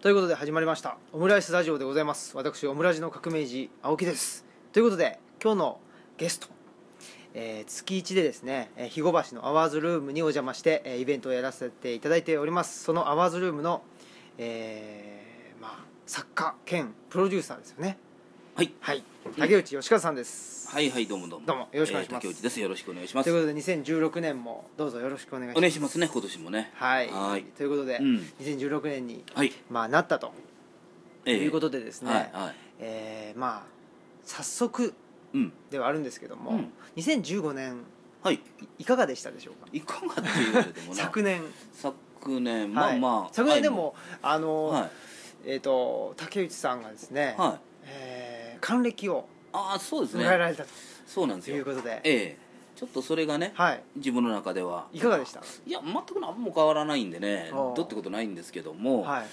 ということで始まりましたオムライスラジオでございます私オムラジの革命児青木ですということで今日のゲスト、えー月1でですねえー肥後橋のアワーズルームにお邪魔してえーイベントをやらせていただいておりますそのアワーズルームの、えーまあ、作家兼プロデューサーですよねはい、はい竹内義和さんです、はいはいどうもどうもどうもよろしくお願いしますえー竹内ですよろしくお願いしますということで2016年もどうぞよろしくお願いしますお願いしますね今年もねはいはいということで、うん2016年に、はいまあ、なったとえーいうことでですね、はいはいえーまあ早速うんではあるんですけども、うん2015年はいいかがでしたでしょうかいかがっていうのでもな 昨年昨年まあはいまあ、昨年でも、あの、はいえっ、と竹内さんがですね、はいえー還暦をああそうです迎えねられたそうなんですというよことで、ええちょっとそれがね、はい自分の中ではいかがでしたいや全く何も変わらないんでねああどうってことないんですけども、はい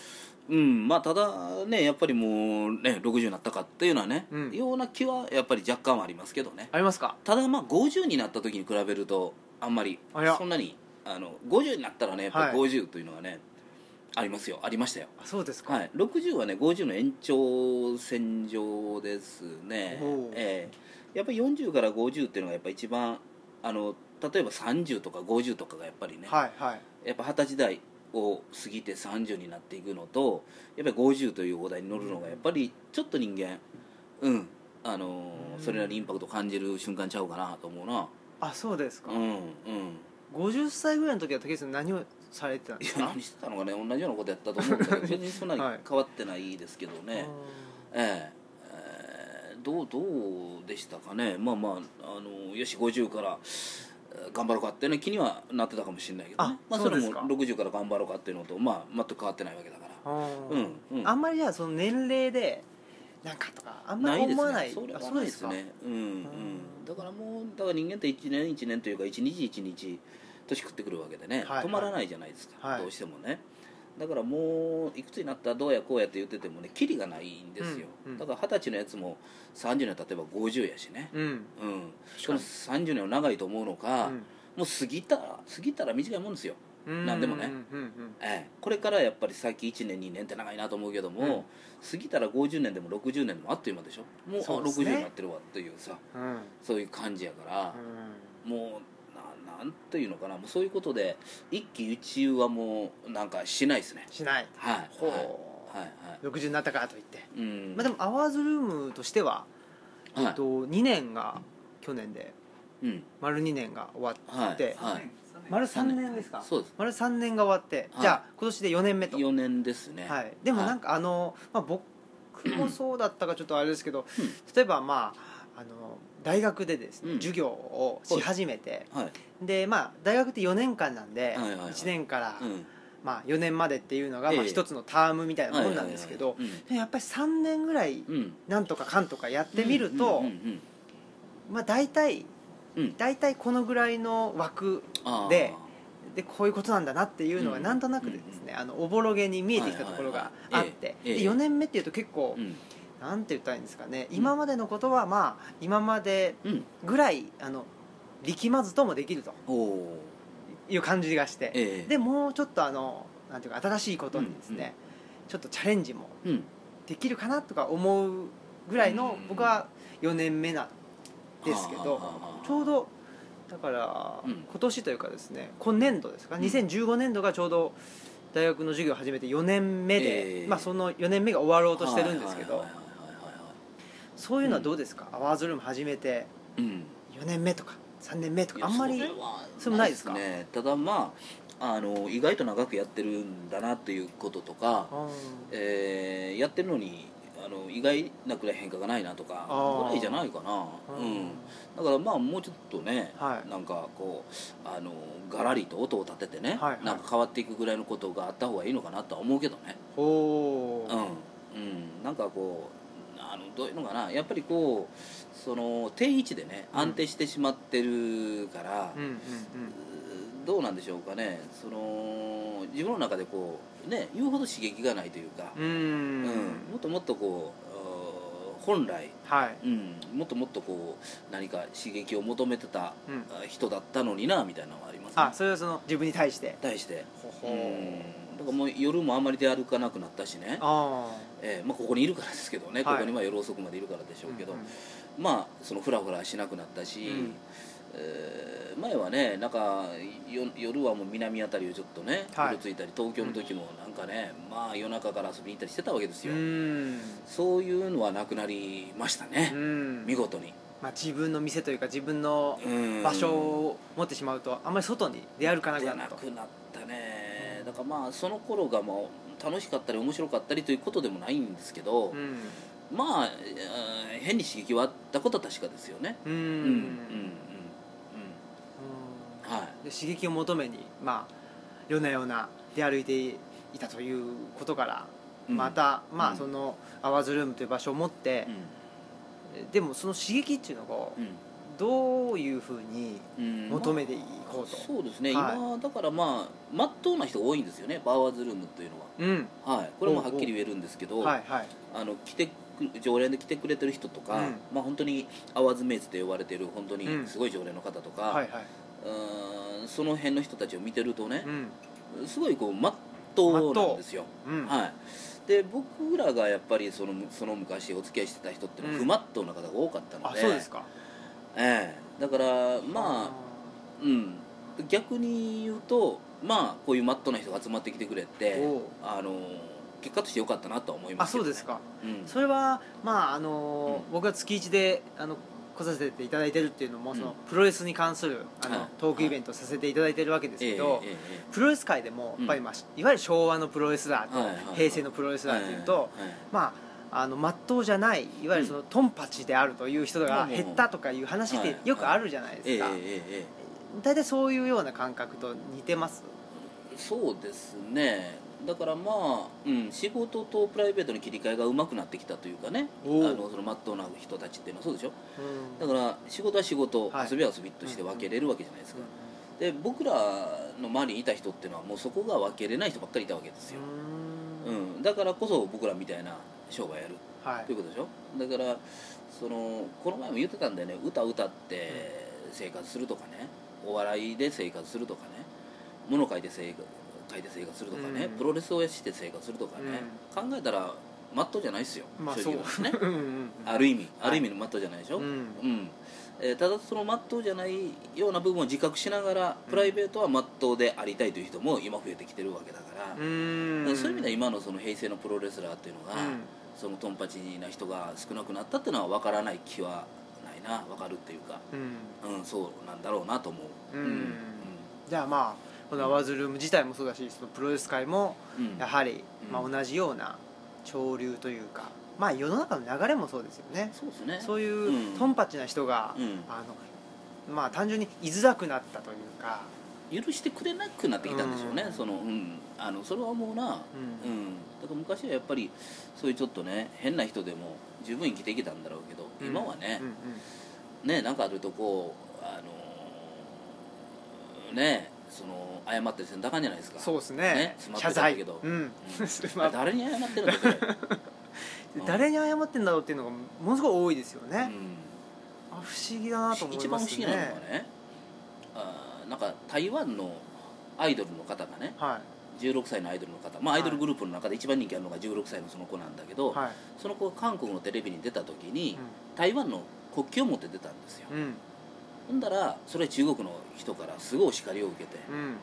うんまあただねやっぱりもうね60になったかっていうのはね、うんような気はやっぱり若干はありますけどねありますかただまあ50になった時に比べるとあんまりあらそんなにあの50になったらねやっぱはいり50というのはね、ありますよありましたよ、あそうですか、はい、60はね50の延長線上ですねおう、ええやっぱり40から50っていうのがやっぱ一番あの例えば30とか50とかがやっぱりね、はいはいやっぱ二十歳代を過ぎて30になっていくのとやっぱり50というお題に乗るのがやっぱりちょっと人間うんあのーうんそれなりにインパクト感じる瞬間ちゃうかなと思うなあそうですか、うんうん50歳ぐらいの時は竹内さん何をされてたんいでやすか何してたのかね同じようなことやったと思う んだけど別にそんなにはい変わってないですけどね、うえええーどうどうでしたかねまあまあ、あのよし50からえー頑張ろうかっていうね気にはなってたかもしれないけどねあまあ、そうそでれすもか60から頑張ろうかっていうのと、まあ、全く変わってないわけだからんうんうんあんまりじゃあその年齢でなんかとかあんまりです思わないね、それあはないですねうんうんうんだからもうだから人間って一年一年というか一日一日年食ってくるわけでね、はい止まらないじゃないですか、はいどうしてもねだからもういくつになったらどうやこうやって言っててもねキリがないんですよ、うんうんだから二十歳のやつも30年例えば50やしねうんうん確そかにの30年を長いと思うのか、もう過ぎたら過ぎたら短いもんですようんなんでもねうんうんうんええ、これからやっぱり先1年2年って長いなと思うけども、過ぎたら50年でも60年でもあっという間でしょもうそうあですね60になってるわっていうさうんうんそういう感じやから、もうななんていうのかなもうそういうことで一喜一憂はもうなんかしないですねしないはいほうはいはいは60になったからといっていうんまあでもアワーズルームとしてはえはっいと2年が去年でうん丸2年が終わはっいてはい丸3年ですかそうです丸3年が終わってはいじゃあ今年で4年目と4年ですねはいでもなんかあのまあ僕もそうだったかちょっとあれですけど例えばまああの大学でですねうん授業をし始めてはいでまあ大学って4年間なんではいはいはい1年からうんまあ4年までっていうのがまあええ一つのタームみたいなもんなんですけどはいはいでやっぱり3年ぐらいはいうんなんとかかんとかやっうんてみるとうんうんまあ大体うん大体このぐらいの枠あーででこういうことなんだなっていうのがうんなんとなくでですねあのおぼろげに見えてきたところがあってはいはいはいえええでえ4年目っていうと結構うんなんて言ったらいいんですかねん今までのことはまあ今までうんぐらいあの力まずともできるとおおいう感じがしてええでもうちょっとあのなんていうか新しいことにですね、ちょっとチャレンジもうんできるかなとか思うぐらいのうん僕は4年目なんですけどはあはあはあちょうどだからうん今年というかですね今年度ですかうん2015年度がちょうど大学の授業を始めて4年目で、ええまあ、その4年目が終わろうとしてるんですけど、はいはいはいはいはそういうのはどうですか、アワーズルーム始めていうん4年目とか3年目といかやあんまりそれはそれもないですかねただまああの意外と長くやってるんだなということとか、あえーやってるのにあの意外なくらい変化がないなとかあーぐらいじゃないかなーうんだからまあもうちょっとね、はいなんかこうあのガラリと音を立ててね、はいはいなんか変わっていくぐらいのことがあった方がいいのかなとは思うけどね、ほううん、うん、なんかこうあのどういうのかなやっぱりこうその定位置でねうん安定してしまってるから、うんうんうどうなんでしょうかねその自分の中でこうね言うほど刺激がないというか、うんうんうんもっともっとこううー本来、はい、うん、もっともっとこう何か刺激を求めてたうん、あ人だったのになみたいなのはありますねあそれはその自分に対して対して、うん、だからもう夜もあまり出歩かなくなったしね、ああえーまあ、ここにいるからですけどね、はいここにまあ夜遅くまでいるからでしょうけど、うんうんまあそのフラフラしなくなったし、うんえー前はねなんかよ夜はもう南あたりをちょっとねうはいろついたり東京の時もなんかね、まあ夜中から遊びに行ったりしてたわけでうすよ、んそういうのはなくなりましたね、うん見事にまあ、自分の店というか自分のうん場所を持ってしまうとあんまり外に出歩かなく出ななるとくなったねだからまあその頃がもう楽しかったり面白かったりということでもないんですけど、うんまあ、えー変に刺激はあったことは確かですよねうん、ううんんうんうんうんはいで刺激を求めにまあ夜な夜な出歩いていたということから、うんまたまうあんそのアワーズルームという場所を持ってう、でもその刺激っていうのをんどういうふうにうんうん求めていこうと、そうですね、はい今だからまあまっとうな人が多いんですよねバーワーズルームというのうんははいこれもはっきり言えるんですけど、はいはいあの来てく常連で来てくれてる人とか、うんまあ本当にアワーズメイツと呼ばれてる本当うにんすごい常連の方とか、はいはいうーんその辺の人たちを見てるとねう、んすごいこうまっとうなんですよ、うんはい、で僕らがやっぱりそのその昔お付き合いしてた人っていううのはん不まっとうな方が多かったのあで,、そうですかええだからまあうん逆に言うとまあこういうマットな人が集まってきてくれておうあの結果として良かったなとは思いああますそけどうね、ですかうんそれはまああのーうん僕が月一であの来させていただいてるっていうのも、うんそのプロレスに関するあの、はいトークイベントをさせていただいてるわけですええけど、ええええプロレス界でもやっぱり、まあいわゆる昭和のプロレスラーと、はいはいはい平成のプロレスラーというと、まああの真っ当じゃないいわゆるその、トンパチであるという人が減ったとかいう話っはていよくあるじゃないえでえすか、ええええ大体そういうような感覚と似てますそうですねだからまあ、うん、仕事とプライベートの切り替えがうまくなってきたというかねあおうのそのまっとうな人たちっていうのはそうでしょうんだから仕事は仕事、はい遊びは遊びとして分けれるわけじゃないですか、で僕らの周りにいた人っていうのはもうそこが分けれない人ばっかりいたわけですよ、うんうん、だからこそ僕らみたいな商売やるはということでしょだからそのこの前も言ってたんだよね歌歌って生活するとかねお笑いで生活するとかね物書いて生活書いて生活するとかね、うんプロレスをして生活するとかね、考えたらマットじゃないですよ、いまあ正そう直言うとうんねうんうんある意味はいある意味のマットじゃないでしょ、うんうんえーただそのマットじゃないような部分を自覚しながらプライベートはマットでありたいという人も今増えてきてるわけだから、だからそういう意味では今のその平成のプロレスラーっていうのが、うんそのトンパチな人が少なくなったっていうのは分からない気はないな分かるっていうか、うんうん、そうなんだろうなと思うううんうんじゃあまあこのアワーズルーム自体もそうだしそのプロレス界もうんやはり、うんまあ、同じような潮流というかまあ世の中の流れもそうですよねそうですねそういううんトンパチな人が、うんあのまあ単純に居づらくなったというか、許してくれなくなってきたんでしょうね、うんそのうんあのそれは思うなううんんだから昔はやっぱりそういうちょっとね変な人でも十分生きていけたんだろうけど、今はねうん、うんねなんかあるとこうあのーねその謝ったりせんだかんじゃないですかそうですねね詰まって謝た罪けどうん あれ誰に謝ってるんだそれうん誰に謝ってんだろうっていうのがものすごい多いですよね、うんあ不思議だなと思い一ま番不す思ね議なのはねあーなんか台湾のアイドルの方がねは16歳のアイドルの方、まあ、はアいイドルグループの中で一番人気あるのが16歳のその子なんだけど、いはその子が韓国のテレビに出た時いに、台湾の国旗を持って出たんですよ、うんうんほんだらそれ中国の人からすごいお叱りを受けて、うん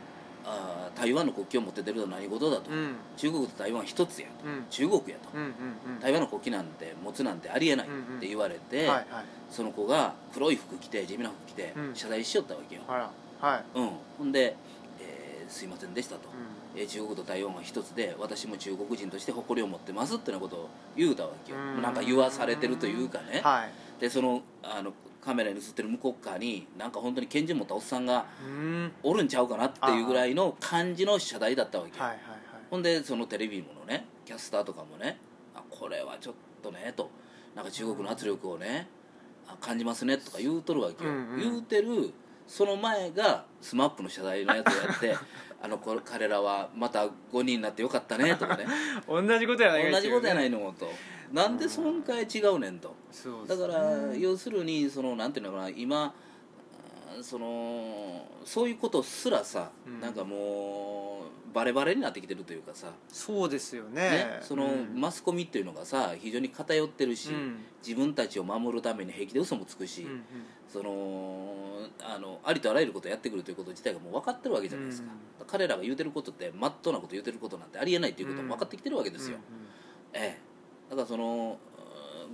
あー台湾の国旗を持って出るのは何事だと、うん中国と台湾は一つやうとん中国やと、うんうんうん台湾の国旗なんて持つなんてありえないうんうんって言われて、はいはいその子が黒い服着て地味な服着てうん謝罪しよったわけよ、あらはいうん、ほんで、えーすいませんでした」とう「えー中国と台湾は一つで私も中国人として誇りを持ってます」ってなことを言うたわけようんなんか言わされてるというかねんはいでそのあのカメラに映ってる向こう側になんか本当に拳銃持ったおっさんがうんおるんちゃうかなっていうぐらいの感じの謝罪だったわけよはいはいはいほんでそのテレビものねキャスターとかもねあこれはちょっとねとなんか中国の圧力をねあ感じますねとか言うとるわけよ、うんうん言うてるその前が SMAP の謝罪のやつをやって あのこ彼らはまた5人になってよかったね とかね同じことやないか同じことやないいのとなんでそんかい違うねんとそうでだすねから要するにそのなんていうのかな今あーそのそういうことすらさ、うんなんかもうバレバレになってきてるというかさ、そうですよねね、そのうんマスコミっていうのがさ非常に偏ってるし、うん自分たちを守るために平気で嘘もつくし、うんうんそのあのありとあらゆることをやってくるということ自体がもう分かってるわけじゃないですか,、う彼らが言うてることってまっとうなこと言うてることなんてありえないということも分かってきてるわけですよ、ええだからそのうん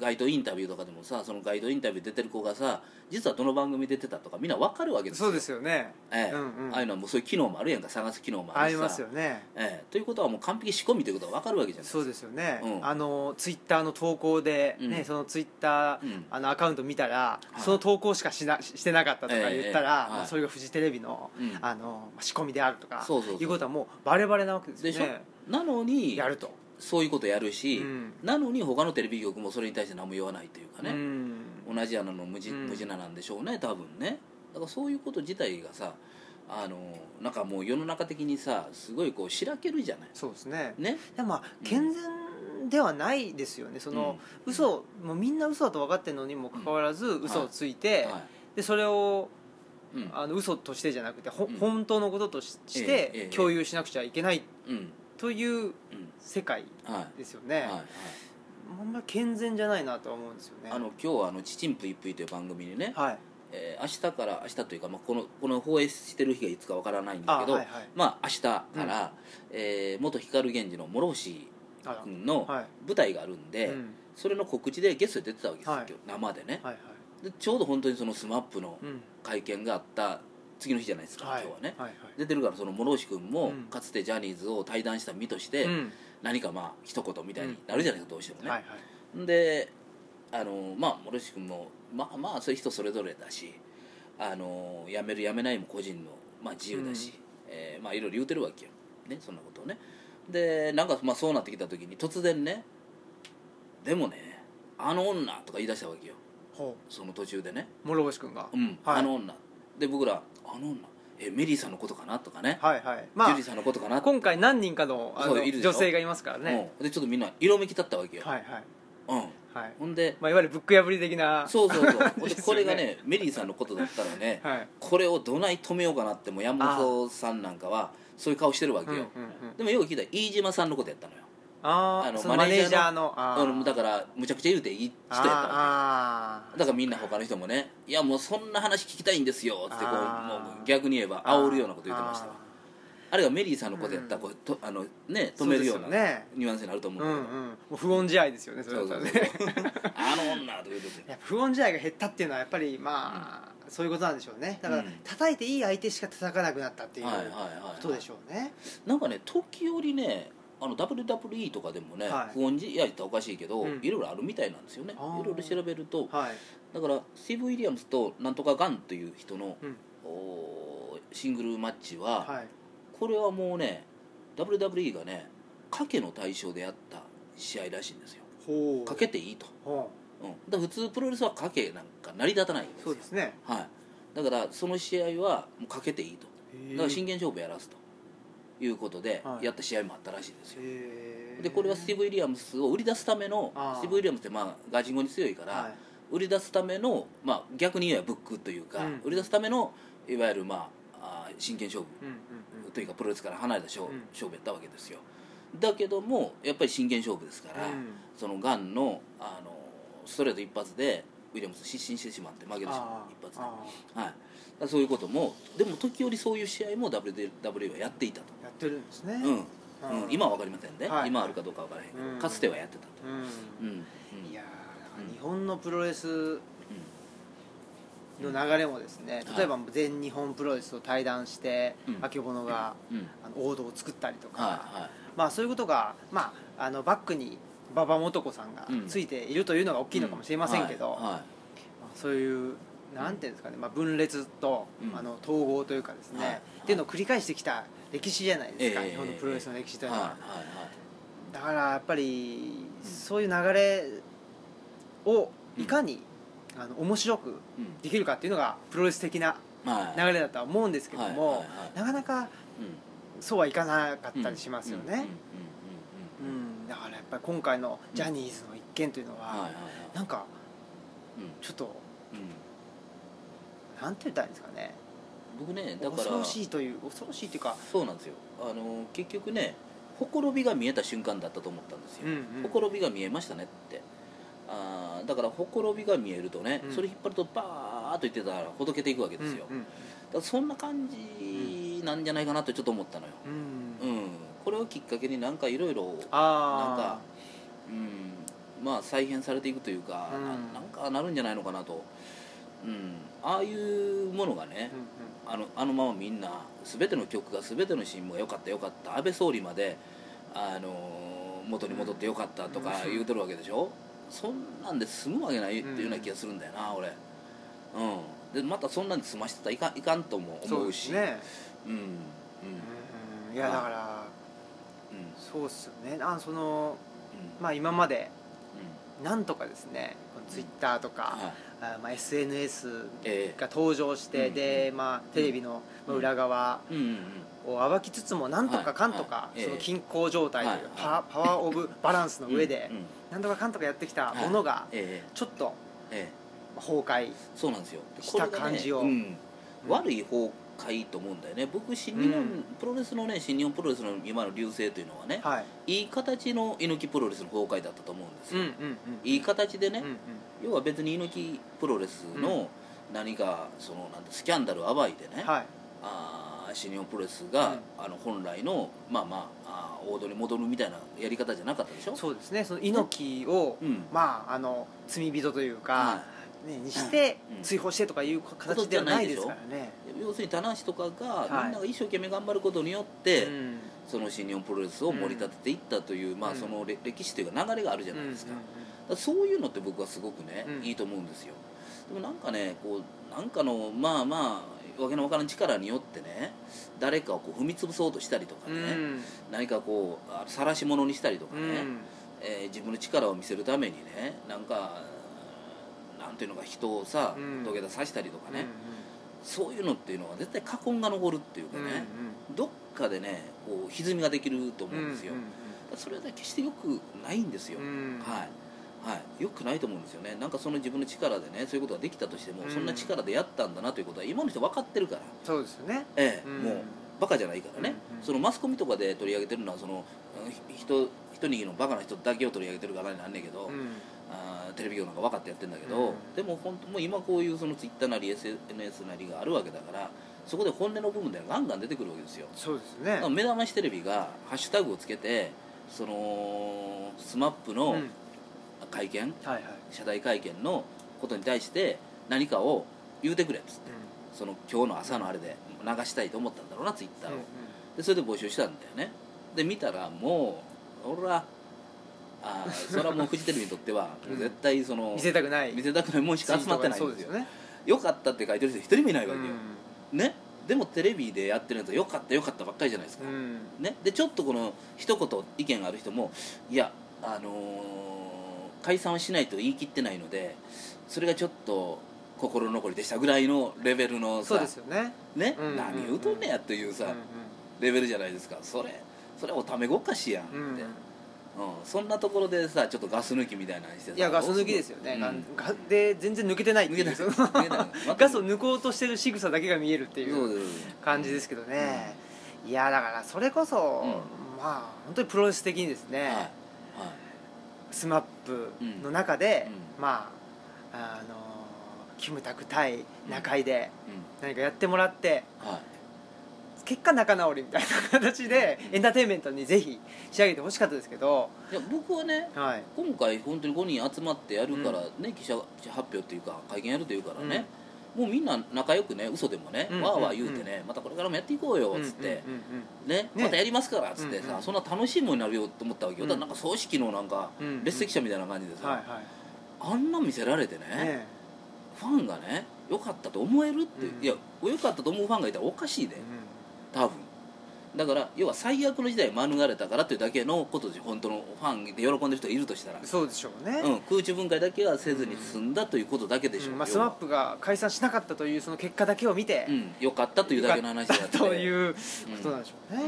街頭インタビューとかでもさその街頭インタビュー出てる子がさ実はどの番組出てたとかみんな分かるわけうんですそようですよねええうんうんああいうのはもうそういう機能もあるやんか探す機能もああるしりさますよねええ、ということはもう完璧仕込みということが分かるわけじゃないですかそうですよね、うんあのツイッターの投稿で、ねうんそのツイッター、うんあのアカウント見たら、はいその投稿しかしなししてなかったとか言ったら、ええええまはあ、いそれがフジテレビの,、うんあのまあ仕込みであるとかそうそうそういうことはもうバレバレなわけですよでしょ、ねなのにやると、そういうことやるし、うんなのに他のテレビ局もそれに対して何も言わないというかうね、ん同じ穴の無地うん無地ななんでしょうね多分ねだからそういうこと自体がさあのなんかもう世の中的にさすごいこうしらけるじゃないそうですねねでもまあ健全ではないですよねその、嘘をもうみんな嘘だと分かってるのにもかかわらず嘘をついて、はいでそれをうんあの嘘としてじゃなくてほ、うん本当のこととししえええてえ共有しなくちゃいけないうんといううん世界はいですよはね、いはいあんまり健全じゃないなとは思うんですよねあの今日はあの「ちちんぷいぷい」という番組でね、はいえー明日から明日というか、まあ、このこの放映してる日がいつかわからないんだけどあはいはいまあ明日から、えー元光源氏の諸星あら君のはい舞台があるんで、うんそれの告知でゲストで出てたわけですよ、はい生でね、はいはいでちょうど本当にその SMAP のうん会見があった次の日じゃないですか、はい今日はね、はいはい出てるからその諸星君も、うんかつてジャニーズを退団した身として、うん何かまあ一言みたいになるじゃないですか、どうしてもね、はいはいであのまあ諸石君もまあまあそういう人それぞれだしあの辞める辞めないも個人の、まあ、自由だし、えーまあいろいろ言うてるわけよ、ね、そんなことをねでなんかまあそうなってきた時に突然ね「でもねあの女」とか言い出したわけよほその途中でねう諸星君が、 「うん、はいあの女」で僕ら「あの女えメリーさんのことかな?」とかね、はいはいまジュあリーさんのことかな?」今回何人かのあのそういるでしょ女性がいますからね、うんでちょっとみんな色めき立ったわけよ、はいはいうん、はい、ほんでまあ、いわゆるブック破り的なそうそうそ ですよう、ねでこれがねメリーさんのことだったらね、はいこれをどない止めようかなってもう山本さんなんかはそういう顔してるわけうんうんうよん、でもよう聞いたら飯島さんのことやったのよあーあのそのマネージャーのあのだからむちゃくちゃ言うていい人やったわけあーあーだからみんな他の人もね「いやもうそんな話聞きたいんですよ」つってこうあーもう逆に言えば煽るようなこと言ってましたわああるいはメリーさんのことやったらこうとあの、ね、止めるようそなうですよねニュアンスになると思ーううんだんけどうんもう不穏試合ですよねそれそだうったそらうそうねそう あの女ということで やっぱ不穏試合が減ったっていうのはやっぱりまあ、そういうことなんでしょうねだから、うん叩いていい相手しか叩かなくなったっていうこはいはいはいはいとでしょうね、なんかね時折ねあの WWE とかでもね、はい不穏試合っておかしいけど、うんいろいろあるみたいなんですよねあーいろいろ調べるとはいだからスティーブ・ウィリアムスとなんとかガンという人の、うんおーシングルマッチは、はいこれはもうね WWE がね賭けの対象であった試合らしいんですよほう賭けていいと、ほうん、だから普通プロレスは賭けなんか成り立たないんでうすそようですねはい、だからその試合はもう賭けていいとだから真へ剣勝負やらすということで、はいやった試合もあったらしいですよえでこれはスティーブ・ウィリアムスを売り出すためのあースティーブ・ウィリアムスってまあガチンコに強いから、はい売り出すための、まあ、逆に言えばブックというか、うん売り出すためのいわゆる、まあ、あー真剣勝うんうん負というかプロレスから離れた勝,、うん勝負やったわけですよだけどもやっぱり真剣勝負ですから、うんそのガンのあのストレート一発でウィリアムス失神してしまって負けてしまう一発で、はい、あだからそういうこともでも時折そういう試合も WWE はやっていたと。ーやってるんですねうんうんうん、今は分かりませんね、はい今あるかどうか分からへんけど、うんかつてはやってたと、ううんんいやーだからうん日本のプロレスの流れもですねうん例えば全日本プロレスと対談して、うんあけぼのが、うんうんあの王道を作ったりとか、はいはいまあ、そういうことが、まあ、あのバックに馬場素子さんがうんついているというのが大きいのかもしれませんけど、はいはまあそういうなんていうんですかね、まあ、分裂と、うんあの統合というかですね、はいっていうのを繰り返してきた歴史じゃないですか、ええ日本のプロレスの歴史といいうはのいは、はいだからやっぱりそういう流れをいかに、あの面白くうんできるかっていうのがプロレス的なはい流れだとは思うんですけども、はいはいはいなかなかそうはいかなかったりしますよね。うんうんうんうんうんうん、だからやっぱり今回のジャニーズの一件というのはいは、はいはいなんかうんちょっとうんなんて言ったらいいんですかね僕ねだから恐ろしいという恐ろしいというかそうなんですよあの結局ねほころびが見えた瞬間だったと思ったんですよ、うんうんほころびが見えましたねってあーだからほころびが見えるとね、うんそれ引っ張るとバーッと言ってたらほどけていくわけですよ、うんうんだからそんな感じなんじゃないかなとちょっと思ったのよ、うんうんこれをきっかけになんかいろいろなんかああ、うん、まあ再編されていくというか、うんななんかなるんじゃないのかなと、うん、ああいうものがね、うんうんあのあのままみんな全ての曲が全てのシーンも良かった良かった安倍総理まで、あのー元に戻って良かったとかうん言うてるわけでしょ、そんなんで済むわけないっていうような気がするんだよな、俺、うん、でまたそんなんで済ましてたらいかんいかんともそ思ううでしすねうんうんうんいやだからうんうんそうっすよねあそのまあ今までなんとかですねツイッターとか、はいあまあ、SNS ええが登場して、うんで、まあ、テレビのまあ裏側うんうんうんを暴きつつもなんとかかんとか、はいはいその均衡状態という、はいパワーパワーオブバランスの上でうんうんなんとかかんとかやってきたものがええちょっとええ崩壊、そうなんですよでした感じをこれがねうん、悪いい崩壊と思うんだよね僕新日本、うんプロレスのね新日本プロレスの今の流星というのはね、はいい、い形の猪木プロレスの崩壊だったと思うんですうんよ、うんうんいい形でね、うんうん要は別に猪木プロレスの何かそのなんてスキャンダルを暴いてね、はいあー新日本プロレスが、あの本来のまあまああー王道に戻るみたいなやり方じゃなかったでしょそうですねその猪木を、うんまああの罪人というか、はね、にしてうん追放してとかいう形ではないですからね、要するに棚橋とかが、はいみんなが一生懸命頑張ることによって、うんその新日本プロレスを盛り立てていったという、まうあ、んそのれ歴史というか流れがあるじゃないですか,、うんうんだからそういうのって僕はすごくね、うんいいと思うんですよでもなんかねこうなんかのまあまあわけのわからん力によってね誰かをこう踏み潰そうとしたりとかうねん、何かこうあ晒し者にしたりとかうね、んえー自分の力を見せるためにねなんかなんていうのか人をさうん土下座さしたりとかね、うそういうのっていうのは絶対禍根が残るっていうかんうんね、どっかでねこう歪みができると思うんですよ、それはね決して良くないんですよ、うんうんはいはい、良くないと思うんですよねなんかその自分の力でねそういうことができたとしても、うんそんな力でやったんだなということは今の人分かってるから、そうですよねええうんもうバカじゃないからね、うんそのマスコミとかで取り上げてるのはそのうんひ人一握りのバカな人だけを取り上げてるからになんねんけど、うんあーテレビ業なんか分かってやってんだけど、うんでも本当もう今こういうそのツイッターなり SNS なりがあるわけだからそこで本音の部分でガンガン出てくるわけですよそうですだね から目玉しテレビがハッシュタグをつけてそのスマップうんのはい会見、はい謝罪会見のことに対して何かを言うてくれっつってその今日の朝のあれで流したいと思ったんだろうなツイッターを、でそれで募集したんだよねで見たらもう俺らあーそれはもうフジテレビにとってはうん絶対その見せたくない見せたくないもんしか集まってないんそうでですすよよねよかったって書いてる人一人もいないうわけよ、んねでもテレビでやってるやつはよかったよかったばっかりじゃないですか、うんね、でちょっとこの一言意見がある人もいやあのー解散はしないと言い切ってないのでそれがちょっと心残りでしたぐらいのレベルのさそうですよねねうんうんうん何言うとんねやというさ、レベルじゃないですかそれそれおためごかしやんって、うんうんうんうんそんなところでさちょっとガス抜きみたいなのにしてさいやガス抜きですよねうんガンガで全然抜けてないって抜いけうないその抜けない全くガスを抜こうとしてる仕草だけが見えるっていそううそうそう感じですけどねいやだからそれこそまあ本当にプロレス的にですはいはねスマップの中で、うまああのキムタク対中井で何かやってもらってい、うんはい結果仲直りみたいな形でうんエンターテインメントにぜひ仕上げてほしかったですけど、いや僕はねはい、今回本当に5人集まってやるからね、記者記者発表っていうか会見やるというからね、もうみんな仲良くね嘘でもね、うんわーわー言うてねまたこれからもやっていこうよっつって、うんうんねねまたやりますからっつってさ、うんうんそんな楽しいものになるよと思ったわけよ、うんだからなんか葬式のなんかうんうんうん列席者みたいな感じでさ、はいはいあんな見せられてねねファンがね良かったと思えるって、うんいや良かったと思うファンがいたらおかしいで、え多分だから要は最悪の時代免れたからというだけのことで本当のファンで喜んでる人がいるとしたらうん、そうでしょうね、うん、空中分解だけはせずに済んだということだけでしょう、うんまあ、スマップが解散しなかったというその結果だけを見て、うん、よかったというだけの話であってといううんことなんでしょうね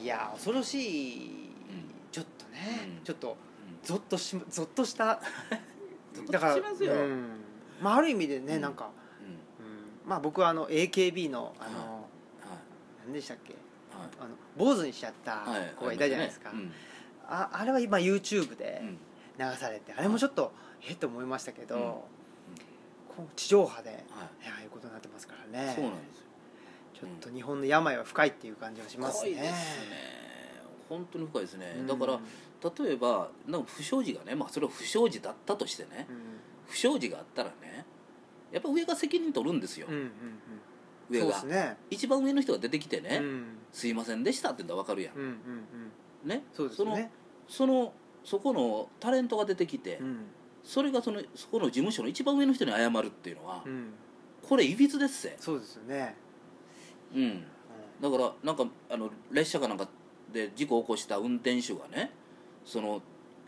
うん、いや恐ろしい、ちょっとね、うんちょっとゾッとしゾッとしたうんだから ゾッとしますようんまあ、ある意味でね、うんなんか、うんうんまあ僕はあの AKB のあの、何でしたっけあの坊主にしちゃったはいはい子がいたじゃないですか、ありましああれは今 YouTube たでねうん流されてあれもちょっとえっと思いましたけど、うんうんこう地上波でうんはいいやああいうことになってますからねそうなんですよちょっと日本の病は深いっていう感じがします深ねいですね本当に深いですねうんだからうん例えばなんか不祥事がねまあそれは不祥事だったとしてね不祥事があったらねやっぱ上が責任取るんですようんうんうん上そうでがすね一番上の人が出てきてうんうねん「すいませんでした」って言ったら分かるやうんうんんねそうですよねそのそこのタレントが出てきてうんそれがそのそこの事務所の一番上の人に謝るっていうのはうんこれいびつですぜそうですよねうんだからなんかあの列車かなんかで事故を起こした運転手がねその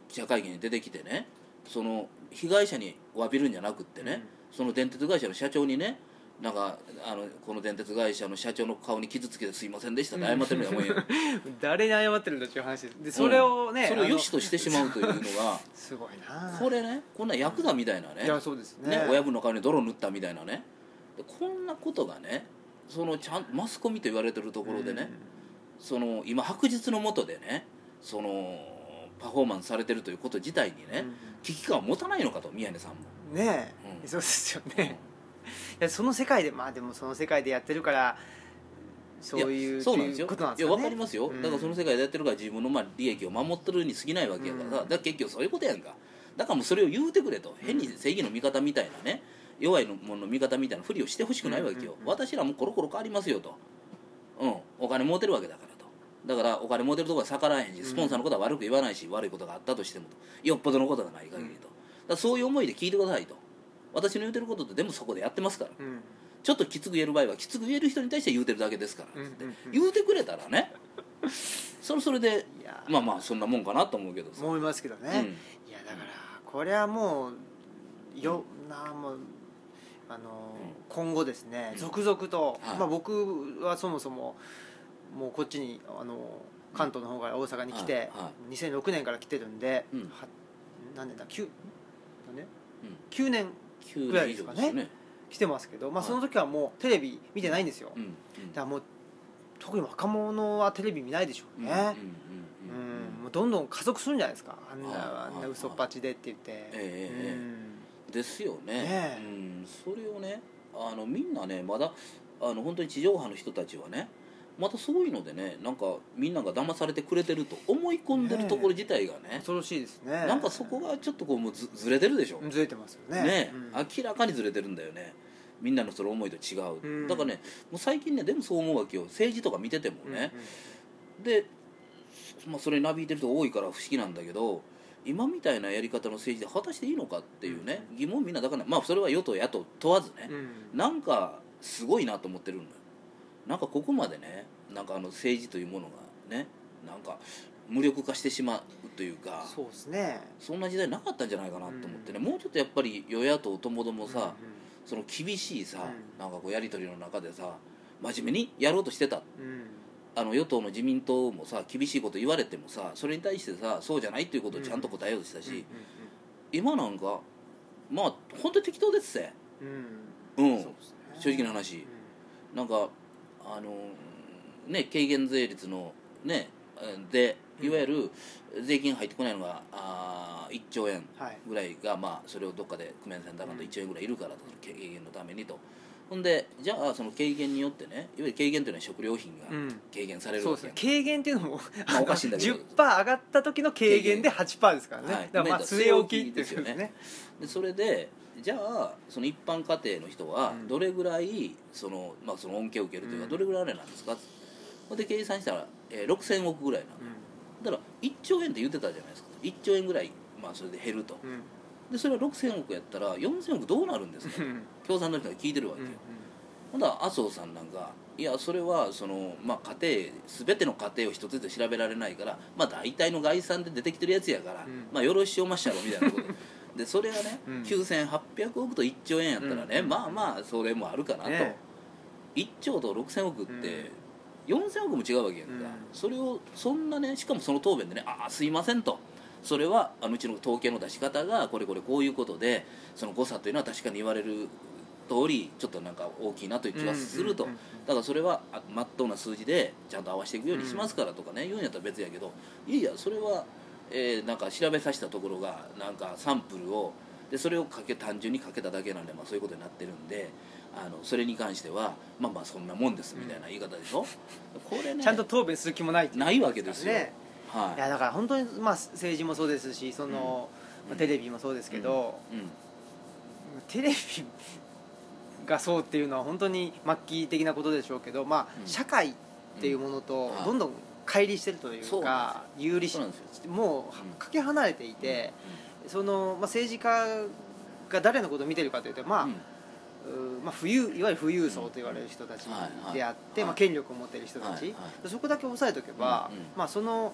記者会見に出てきてねその被害者に詫びるんじゃなくってね、その電鉄会社の社長にねなんかあのこの電鉄会社の社長の顔に傷つけてすいませんでしたって謝ってるようなもんやうん誰に謝ってるんだっていう話ですでそれをねそれを良しとししてしまうと いうのがすごいなこれねこんなヤクザみたいないねやそうですねね親分の顔に泥塗ったみたいなねでこんなことがねそのちゃんマスコミと言われてるところでね、その今白日の下でねそのパフォーマンスされてるということ自体にうんね、危機感を持たないのかと宮根さんも、うんねうえんそうですよねいやその世界でまあでもその世界でやってるからそういうそうなんですよっていうことなんいですやかねわかりますよ、うんだからその世界でやってるから自分のまあ利益を守ってるに過ぎないわけやから、うんだから結局そういうことやんかだからもうそれを言うてくれと変に正義の味方みたいなね弱いものの味方みたいなふりをしてほしくないわけよ、うんうんうん私らもコロコロ変わりますよとうんお金儲てるわけだからとだからお金儲てるとこは逆らえへんしスポンサーのことは悪く言わないし、悪いことがあったとしてもとよっぽどのことがない限りと、だからそういう思いで聞いてくださいと私の言うてることってでもそこでやってますからうんちょっときつく言える場合はきつく言える人に対して言うてるだけですから、うんうんうん言うてくれたらねそれそれでいやまあまあそんなもんかなと思うけどさ、思いますけどうんねいやだからこれはもうよなあもうあのう今後ですねうん続々とはいまあ僕はそもそももうこっちにあの関東の方から大阪に来ては2006年から来てるんでうんは何年だ9何年うん9年9ぐらい年です以上かでねすよね来てますけどまあはいその時はもうテレビ見てないんですようんうんだからもう特に若者はテレビ見ないでしょううんね、うんううんんうんもうどんどん加速するんじゃないですかあんはいなあんな嘘っぱちでって言って、ええうんですよねねえうん、それをねあのみんなねまだあの本当に地上波の人たちはねまたそういうのでねなんかみんなが騙されてくれてると思い込んでるところ自体がね恐ろしいですねなんかそこがちょっとこうもうずずれてるでしょ、ずれてますよねね、うん明らかにずれてるんだよねみんなのその思いと違う、うんだからねもう最近ねでもそう思うわけよ政治とか見ててもね、で、まあ、それになびいてる人が多いから不思議なんだけど今みたいなやり方の政治で果たしていいのかっていうね、疑問みんなだからまあそれは与党野党問わずねうん、うんなんかすごいなと思ってるのよなんかここまでねなんかあの政治というものがねなんか無力化してしまうというかそうですねそんな時代なかったんじゃないかなと思ってね、うんもうちょっとやっぱり与野党ともどもさ、うその厳しいさ、うんなんかこうやり取りの中でさ真面目にやろうとしてたんうんあの与党の自民党もさ厳しいこと言われてもさそれに対してさそうじゃないっていうことをちゃんと答えようとしたし、今なんかまあ本当に適当ですぜ、うんうんううんん、そうですね正直な話なんかあのね軽減税率のねでうんいわゆる税金入ってこないのがあー1兆円うんはいぐらいが、まあ、それをどっかで工面せんだらうとん1円ぐらいいるからと、軽減のためにとほんでじゃあその軽減によってねいわゆる軽減というのは食料品がうん軽減されるそうわですけねや軽ん減っていうのもまあおかしいんだけど10%上がった時の軽減で8%ですからね、はいだからまあ据え置きっていうことですねでそれでじゃあその一般家庭の人はうんどれぐらいその,、まあ、その恩恵を受けるといううかんどれぐらいあれなんですかほんで計算したら、えー6000億ぐらいなんだから1兆円って言ってたじゃないですか1兆円ぐらい、まあ、それで減るとうんうんでそれは6000億やったら4000億どうなるんですかうん共産の人が聞いてるわうけんよ、ほんだら麻生さんなんかいやそれはその、まあ、家庭全ての家庭を一つずつ調べられないから、まあ、大体の概算で出てきてるやつやから、うんまあよろしおまっしゃろみたい なことでそれがね、うん9800億と1兆円やったらね、うんまあまあそれもあるかなと、ね1兆と6000億って、4000億も違うわけやんか、うんそれをそんなねしかもその答弁でね「ああすいません」と。それはあのうちの統計の出し方がこれこれこういうことでその誤差というのは確かに言われるとりちょっとなんか大きいなという気はすると、うんうんうんだからそれはあ真っ当な数字でちゃんと合わせていくようにしますからとかね、言うんやったら別やけどいやいやそれは、えーなんか調べさせたところがなんかサンプルをでそれをかけ単純にかけただけなんで、まあ、そういうことになってるんであのそれに関してはまあまあそんなもんですみたいな言い方でしょ、これねちゃんと答弁する気もないっていうないわけですよ、ねはいいやだから本当にまあ政治もそうですしその、うんまあテレビもそうですけど、うんテレビがそうっていうのは本当に末期的なことでしょうけどまあ、うん社会っていうものとうんどんどん乖離してるといそううかな、有利しそうなんですよもうんうかけ離れていて、その、まあ、政治家が誰のことを見てるかというとまあ、うんうーまあ、富裕いわゆる富裕層と言われる人たちうんであっはいて、はいまあ、権力を持っている人たはいち、はそこだけ押さえておけば、うんうんまあ、その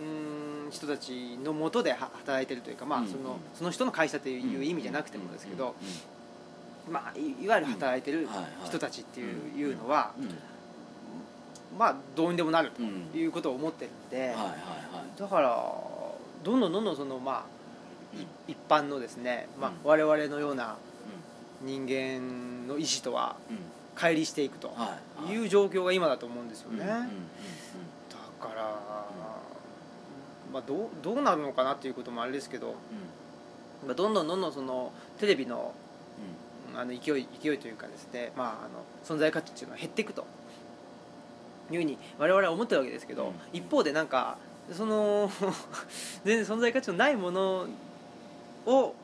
うーん人たちのもとでは働いてるというか、まあうんうんそのその人の会社とうんいう意味じゃなくてもですけど、うんまあ、いいわゆる働いてるはいはい人たちっていう,、うんいうのは、うまあ、どうにでもなるんうんということを思ってるんで、はいはいはいだからどんどんどんどんその、まあいうん一般のですね、まあうん、我々のような人間の意思とはうん乖離していくと。うんはいはいいう状況が今だと思うんですようんね、うんだうんから、まあ、どうどうなるのかなっていうこともあれですけど、まあ、どんどんどんどんそのテレビのうんあの勢い勢いというかですね、まあ、あの存在価値っていうのは減っていくというふうに我々は思ってるわけですけど、うん一方でなんかその 全然存在価値のないものをうんうんうん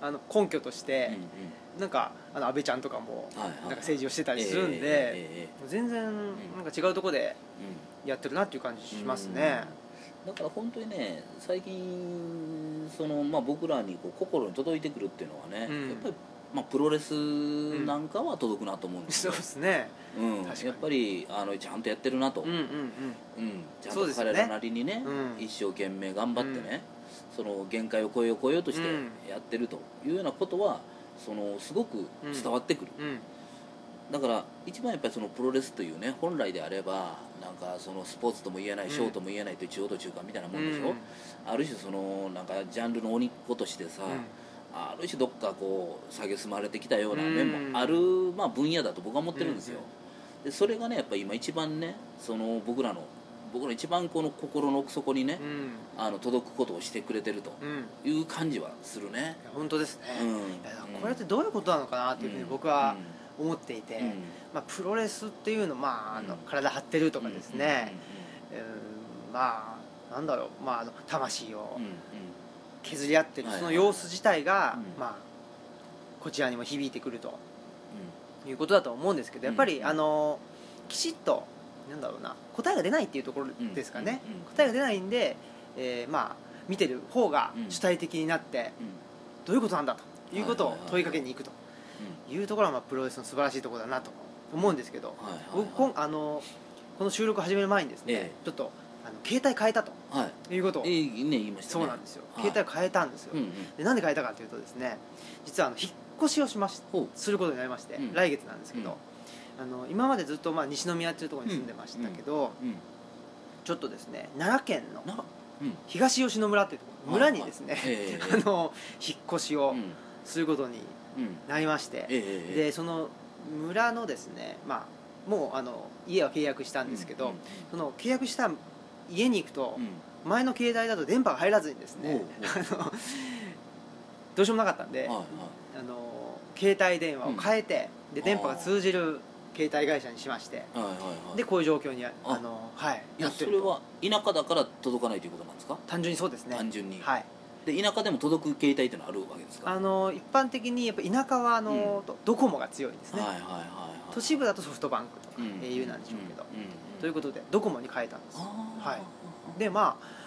あの根拠としうんて、うんなんかあの安倍ちゃんとかもはいはいなんか政治をしてたりするんで、ええええええもう全然なんか違うところでやってるなっていう感じしうんますね、だから本当にね最近その、まあ、僕らにこう心に届いてくるっていうのはうね、んやっぱり、まあ、プロレスなんかは届くなと思うんですそうよで、すねうん確かにやっぱりあのちゃんとやってるなと、うんうんうん、ちゃんそうとですよね彼らなりにねうん一生懸命頑張ってね、その限界を超えよう超えようとしてうんやってるというようなことはそのすごく伝わってくる、うんうんだから一番やっぱりそのプロレスというね本来であればなんかそのスポーツとも言えなういんショーとも言えないという中央と中間みたいなもんでしょ、うんある種そのなんかジャンルの鬼っ子としてさ、ある種どっかこう蔑まれてきたような面もある、まあ、分野だと僕は思ってるんですよ、でそれがねやっぱり今一番ねその僕らの僕の一番この心の奥底にねう、んあの届くことをしてくれてるとうんうんいいう感じはするね、や本当ですね、うんいやだからこれってどういうことなのかなっていうふうに僕は思っていて、うんうんまあ、プロレスっていうの,、まあ、あのうん体張ってるとかですね、うんまあなんだろう、まあ、あの魂うをんうん削り合ってるはいその様子自体が、うんまあ、こちらにも響いてくるとうんいうことだと思うんですけどやっぱり、うんあのきちっとなんだろうな答えが出ないっていうところですかね、うんうんうん答えが出ないんで、えーまあ見てる方がうん主体的になって、うんどういうことなんだということはをいはいはい問いかけに行くというところは、まあ、プロレスの素晴らしいところだなと思うんですけど、うんはいはい僕こんあのこの収録始める前にですね、ええちょっとあの携帯変えたとはいはいいうことを、ええね言いましたそねうなんですよ、はい携帯変えたんですよ、うんうんでなんで変えたかというとですね実はあの引っ越しをしましほうすることになりまして、うん来月なんですけど、あの今までずっとまあ西宮っていうところに住んでましたけど、うんちょっとですね奈良県のなうん東吉野村っていうところ村にですね、はいはいええ あの引っ越しをうんすることにうんなりまして、ええええでその村のですね、まあ、もうあの家は契約したんですけど、うんその契約した家に行くとうん、前の携帯だと電波が入らずにですおうおねうあのどうしようもなかったんで、はいはいあの携帯電話を変えて、で電波が通じる携帯会社にしましてはいはいはいでこういう状況にああの、はい、いなやってそるれとは田舎だから届かないということなんですか単純にそうですね単純にはい、で田舎でも届く携帯っていうのはあるわけですかあの一般的にやっぱ田舎はあの、ドドコモが強いですね、はいはいはいはい都市部だとソフトバンクとかうん au なんでしょうけど、んんということでドコモに変えたんですあーはいでまあ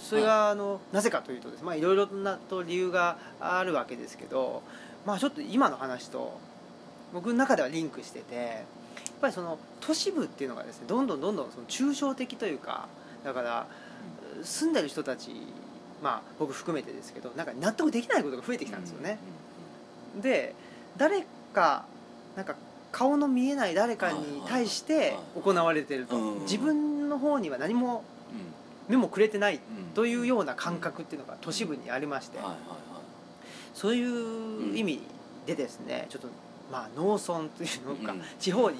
それがあの、なぜかというとですねまあいろいろなと理由があるわけですけどまあちょっと今の話と僕の中ではリンクしててやっぱりその都市部っていうのがですねどんどんどんどんその抽象的というかだから住んでる人たちまあ僕含めてですけどなんか納得できないことが増えてきたんですよね、で誰かなんか顔の見えない誰かに対して行われてるとはいはいはい自分の方には何もうんうん目もくれてないうんうんというような感覚っていうのが都市部にありましてはいはいそういう意味でですねちょっとまあ、農村というのか、うん地方に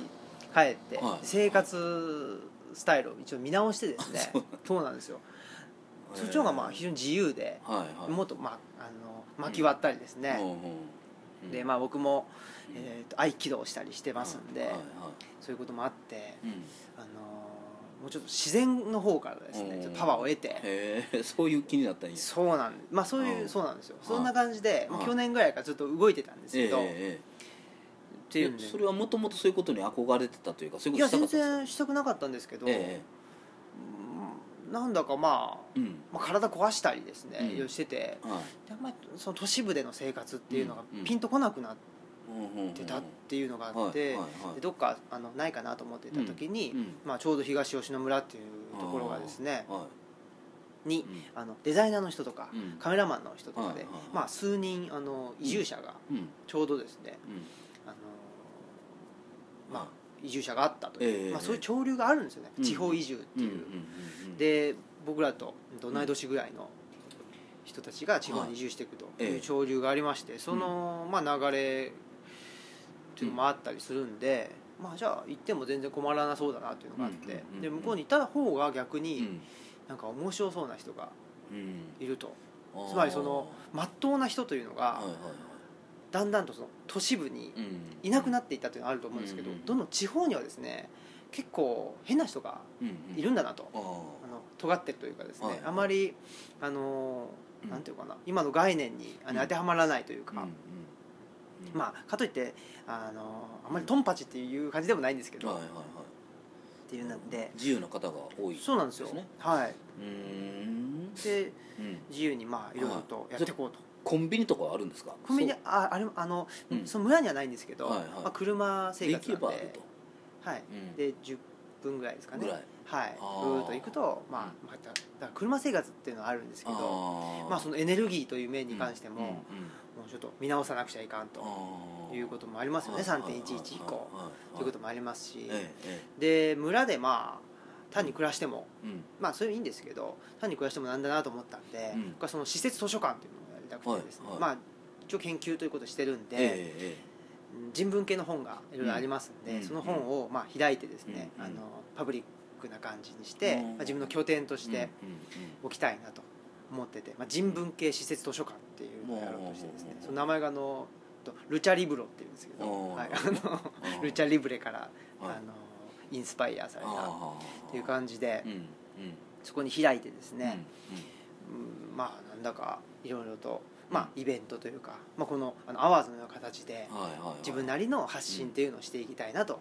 帰ってはい生活スタイルを一応見直してですね、そうなんですよそっちの方がまあ非常に自由で、はいはいもっと、まあ、あの巻き割ったりですね、うんうんうんでまあ僕も、うんえーと合気道したりしてますんで、はいはいそういうこともあって、うんあのーもうちょっと自然の方からですね、うんちょっとパワーを得て、へえそういう気になったんやそうなんまあそういう、うんそうなんですよ、はいそんな感じで、まあ、はい去年ぐらいからずっと動いてたんですええけど、っえてえいえうんでえそれはもともとそういうことに憧れてたというかそういいうこやとしたか全ったん然ですかしたくなかったんですけど、えうんなんだかまあえうんまあ、体壊したりですね、うんいろいろしててはいであんまりその都市部での生活っていうのがうんピンとこなくなっうんうんうんてたっていうのがあって、はいはいはいでどっかあのないかなと思っていた時に、うんまあ、ちょうど東吉野村っていうところがですねはにあのデザイナーの人とか、いうんカメラマンの人とかで、はいはいはいまあ、数人あの移住者がうんちょうどですね、うんあのまあ、移住者があったという、ええまあ、そういう潮流があるんですよね、うん地方移住ってうんういんう。うんうんで僕らと同い年ぐらいの人たちが地方に移住していくとはいいえうえ潮流がありましてその、まあ、流れっていうのもあったりするんで、まあ、じゃあ行っても全然困らなそうだなっていうのがあって、うんうんうんうんで向こうにいた方が逆うにんなんか面白そうな人がうんいるとあーつまりそのまっとうな人というのがはいはいはだんだんとその都市部にいうんいなくなっていったというのがあると思うんですけどうんうんどんどん地方にはですね結構変な人がうんうんいるんだなとああの尖ってるというかですね、はいあまりあのーうんなんていうかな今の概念にあのうん当てはまらないというあか、あまあかといってあのーあまりトンパチっていう感じでもないんですけど、はいっはいはいていうので、自由な方が多いそうなんですよですねはい、うーんでうん自由にまあいろいろとやっていこうと、コンビニとかはあるんですかコンビニああれあの、うんその村にはないんですけど、はいはいまあ、車そ生う行活けなんでばあるとはい、うんで10分ぐらいですかねぐらいはいあーぐーっと行くとまあまただから車生活っていうのはあるんですけどまあそののエネルギーという面に関しても、もうちょっと見直さなくちゃいかんということともありますよね3.11以降ということももありますしえええで村でまあ単に暮らしてもえうんまあそれもいいんですけど単に暮らしてもなんだなと思ったんでうん僕はその施設図書館というのをやりたくてですねはいはいまあ一応研究ということをしてるんええでええうん人文系の本がいろいろありますんうでんその本をまあ開いてですねうんあのパブリックな感じにしてうんまあ自分の拠点としてうんうんおきたいなと思ってて、まあ、人文系施設図書館っていうのをやろうとしてですねうんその名前があのとルチャリブロっていうんですけうど、んはい、あうのん ルチャリブレから、はいあのインスパイアされたっあーていう感じでうんうんそこに開いてですうんね、うんまあなんだかいろいろと、まあ、イベントというか、まあ、このあのアワーズのような形でうんはいはいはい自分なりの発信っていうのをしていきたいなと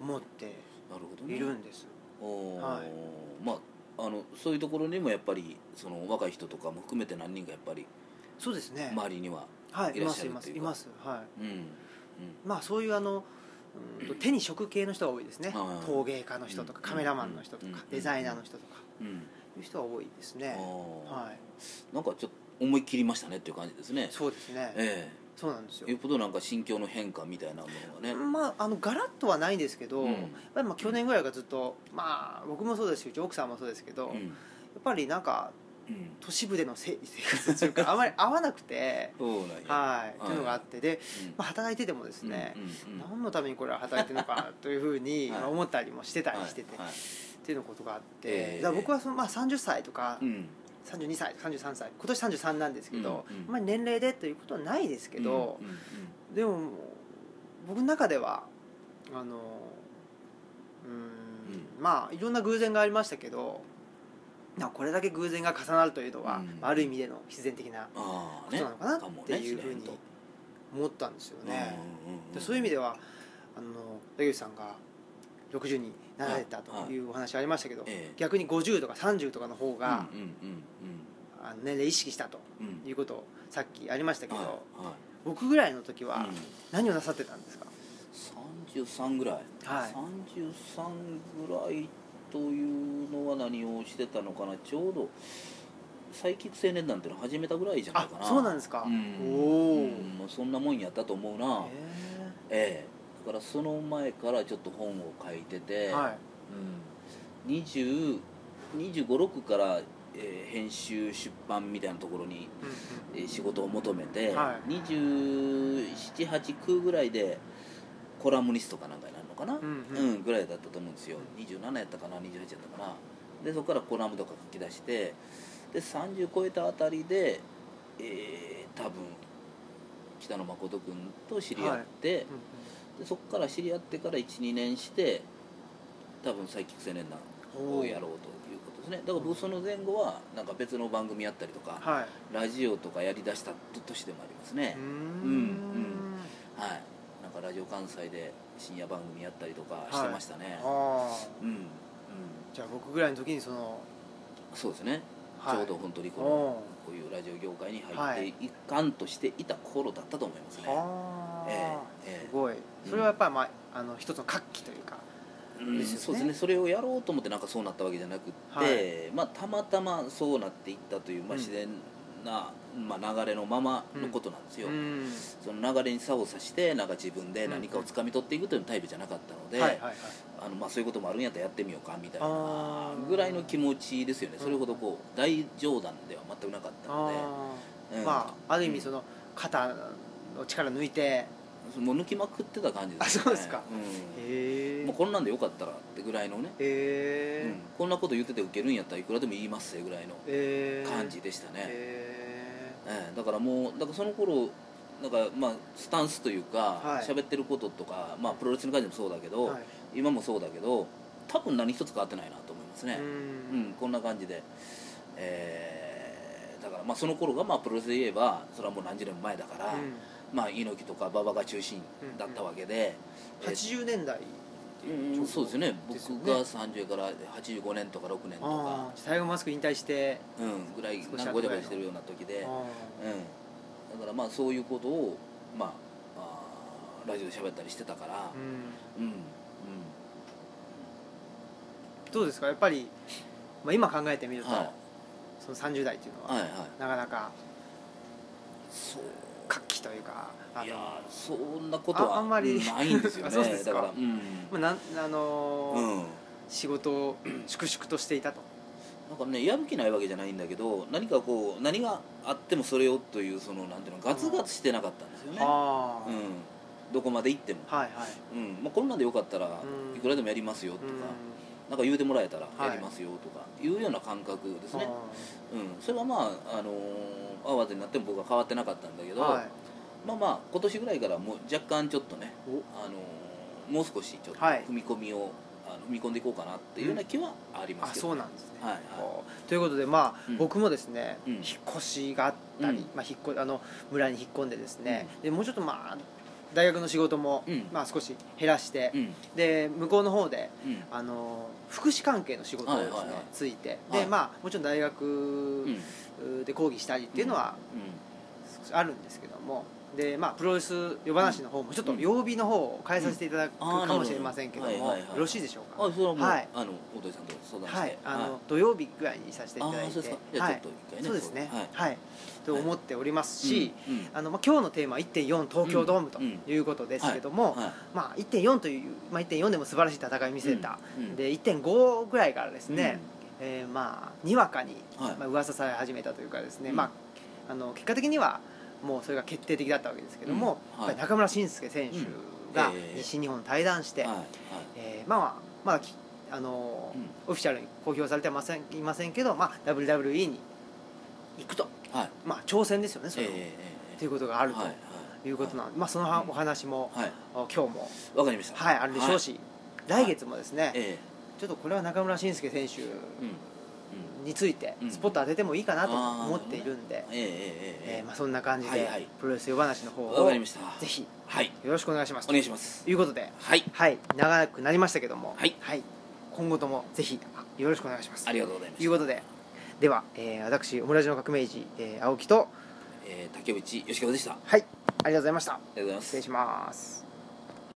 うん思ってなるほどねいるんです。おーはいまああのそういうところにもやっぱりその若い人とかも含めて何人かやっぱりそうですね、周りには、はい、いいらまっしすゃいるまってすいういかますはいうんうん、まあそういうあの、うんと手に職系の人が多いですねはい陶芸家の人とかうんカメラマンの人とうんかデザイナーの人とかうんいう人が多いですねああはいなんかちょっと思い切りましたねっていう感じですねそうですねえそうなんですえよよっぽどなんか心境の変化みたいなものがね、まああのガラッとはないんですけどうんやっぱりまあ去年ぐらいからずっとまあ僕もそうですしうち奥さんもそうですけどうやっんぱりなんかうん都市部でのせ生活という かあまり合わなくてそうなんやはいはいというのがあってでうんまあ働いててもですねうんうんうん何のためにこれは働いてるのかなというふうにはいまあ思ったりもしてたりはいしててはいっていうのことがあって、ええだから僕はその、まあ、30歳とか、うん32歳33歳今年33なんですけど、うんうんあんまり年齢でということはないですけどう、んうんでも僕の中ではあのうーんまあいろんな偶然がありましたけどなんかこれだけ偶然が重なるというのは、うんまあある意味での必然的なああことねなのかなかもっねていうふう自に然思ったんですよとね。うんんんでそういう意味ではあの竹内さんが60になられたというお話ありましたけど、ええ逆に50とか30とかの方が、うんうんあの年齢意識したとうんうんいうことをさっきありましたけど、はいはい僕ぐらいの時はうん何をなさってたんですか、 33ぐらい、はい33ぐらいというのは何をしてたのかなちょうどpsyキック青年団っていうのを始めたぐらいじゃないあかなそうなんでですか、うんおうお、んまあそんなもんやったと思うなえへえだからその前からちょっと本を書いてえて、はいうん、2 5 6からえー編集出版みたいなところに、うんうんえー仕事を求めて、は278ぐらいでコラムニストかなんかになるのかな、んうんぐらいだったと思うんですよ27やったかな28やったかなでそこからコラムとか書き出してで30超えたあたりで、えー多分北野誠君と知り合って、うんうんでそこから知り合ってから12年して多分サイキック青年団をやろうということですねだから僕その前後はなんか別の番組やったりとか、はいラジオとかやりだした年でもありますねうー、うんんはいなんかラジオ関西で深夜番組やったりとかしてましたね、ああうん、うん、じゃあ僕ぐらいの時にそのそうですね、はいちょうど本当にこのおこういうラジオ業界には入いっていかんとしていた頃だったと思いますね、あえあえええすごいそれはやっぱりまああの一つの活気というかうんですよねそうですねそれをやろうと思ってなんかそうなったわけじゃなくって、はいまあ、たまたまそうなっていったという、まあ、うん自然な、まあ、流れのままのことなんですよ、うんその流れに差をさしてなんか自分で何かを掴み取っていくというタイプじゃなかったので、はいはいはいあのまあ、そういうこともあるんやったらやってみようかみたいなあーぐらいの気持ちですよねうんそれほどこう大冗談では全くなかったのあで、あうんまあある意味その肩の力抜いてもう抜きまくってた感じですあそうですかうへん、えもうこんなんでよかったらってぐらいのね、うへん、こんなこと言っててウケるんやったらいくらでも言いますぜぐらいのえ感じでしたね、へええだからもうだからその頃なんかまあスタンスというかはい喋、ってることとか、まあ、プロレスの感じもそうだけえど、今もそうだけど多分何一つ変わってないなと思いますねう、うんんこんな感じで、えーだからまあその頃がまあプロレスで言えばそれはもう何十年も前だから、うんまあ猪木とか馬場が中心だったわけで、えー80年代うんそうですねですよね僕が30やから85年とか6年とあか、あタイガーマスク引退してうん、ぐらい少しなんか後ごぐちゃらいのごちゃしてるような時で。あうん、だからまあそういうことを、まあ、あーラジオで喋ったりしてたからあう、んうんうんどうですかやっぱり、まあ、今考えてみると、はいその30代っていうのは、はいはいなかなかそう活気というかあいのやーそんなことはああんまりないんですよ あねそうですだかから、うんまあなんあのーうん、仕事を 粛々としていたと、なんかねやる気ないわけじゃないんだけど何かこう何があってもそれをというそのなんていうのガツガツしてなかったんですよね、ああ、うん、どこまで行っても、はいはいうんまあ、こんなんでよかったらうんいくらでもやりますよとか、うなんか言うてもらえたらはいやりますよとかいうような感覚ですんね、うん、それはまあ、あのー、慌てになっても僕は変わってなかったんだけあーど、はいまあまあ今年ぐらいからもう若干ちょっとね、おあのーもう少しちょっとはい踏み込みを、あの踏み込んでいこうかなっていうような気はありまあすけど、そうなんですね、はいはいこうということでまあ、うん僕もですね、うん引っ越しがあったり、うんまあ、引っ越あの村に引っ込んでですね、でもうちょっとまあ大学の仕事も、うんまあ、少し減らして、うんで向こうの方でうんあの福祉関係の仕事をですね、はいはいはいついてはで、いまあ、もちろん大うん学で講義したりっていうのは少しあるんですけどもで、まあ、プロレス夜話の方もちょっと曜日の方を変えさせていただくうんあーなかるほどもしれませんけども、はいはいはいよろしいでしょうかうん、あそれはもう、はいあの大鳥さんと相談して、はい、あの、土曜日ぐらいにさせていただいあーてそうですかじゃあはちょいっと一回ね、そうですねはいはい、と思っておりますし、うんうんあのまあ、今日のテーマは1.4東京ドームということですけども、はいまあ、1.4という、まあ、1.4でも素晴らしい戦いを見せた、うんうんで1.5ぐらいからですね、えーまあにわかに、はいまあ噂され始めたというかですね、うんまあ、あの結果的にはもうそれが決定的だったわけですけども、うんはやっいぱり中村慎介選手がうんえー西日本に対談して、はいはいえーまあまあまだきあのーうんオフィシャルに公表されてはませんいませんけど、まあ、WWE に行くと、はいまあ、挑戦ですよねそえれえを、ええということがあるはいはということなので、まあ、そのはうんお話も、はいお今日も、わかりましたはい、あるでしょう、し、はい来月もですね、はいえちょっとこれは中村慎介選手えうんうんについてうんスポット当ててもいいかなと思っているんで、えええええええーまあ、そんな感じで、はいはいプロレス夜話の方わをかりぜましたひよはいろしくお願いしますお願いしますということではいはい長くなりましたけどもはい今後ともぜひあよろしくお願いしますあとりがとうございまいうすことででは、えー私オムラジの革命児、えー青木とえー竹内義和でしたありはいありがとうございましたがとうございます失礼します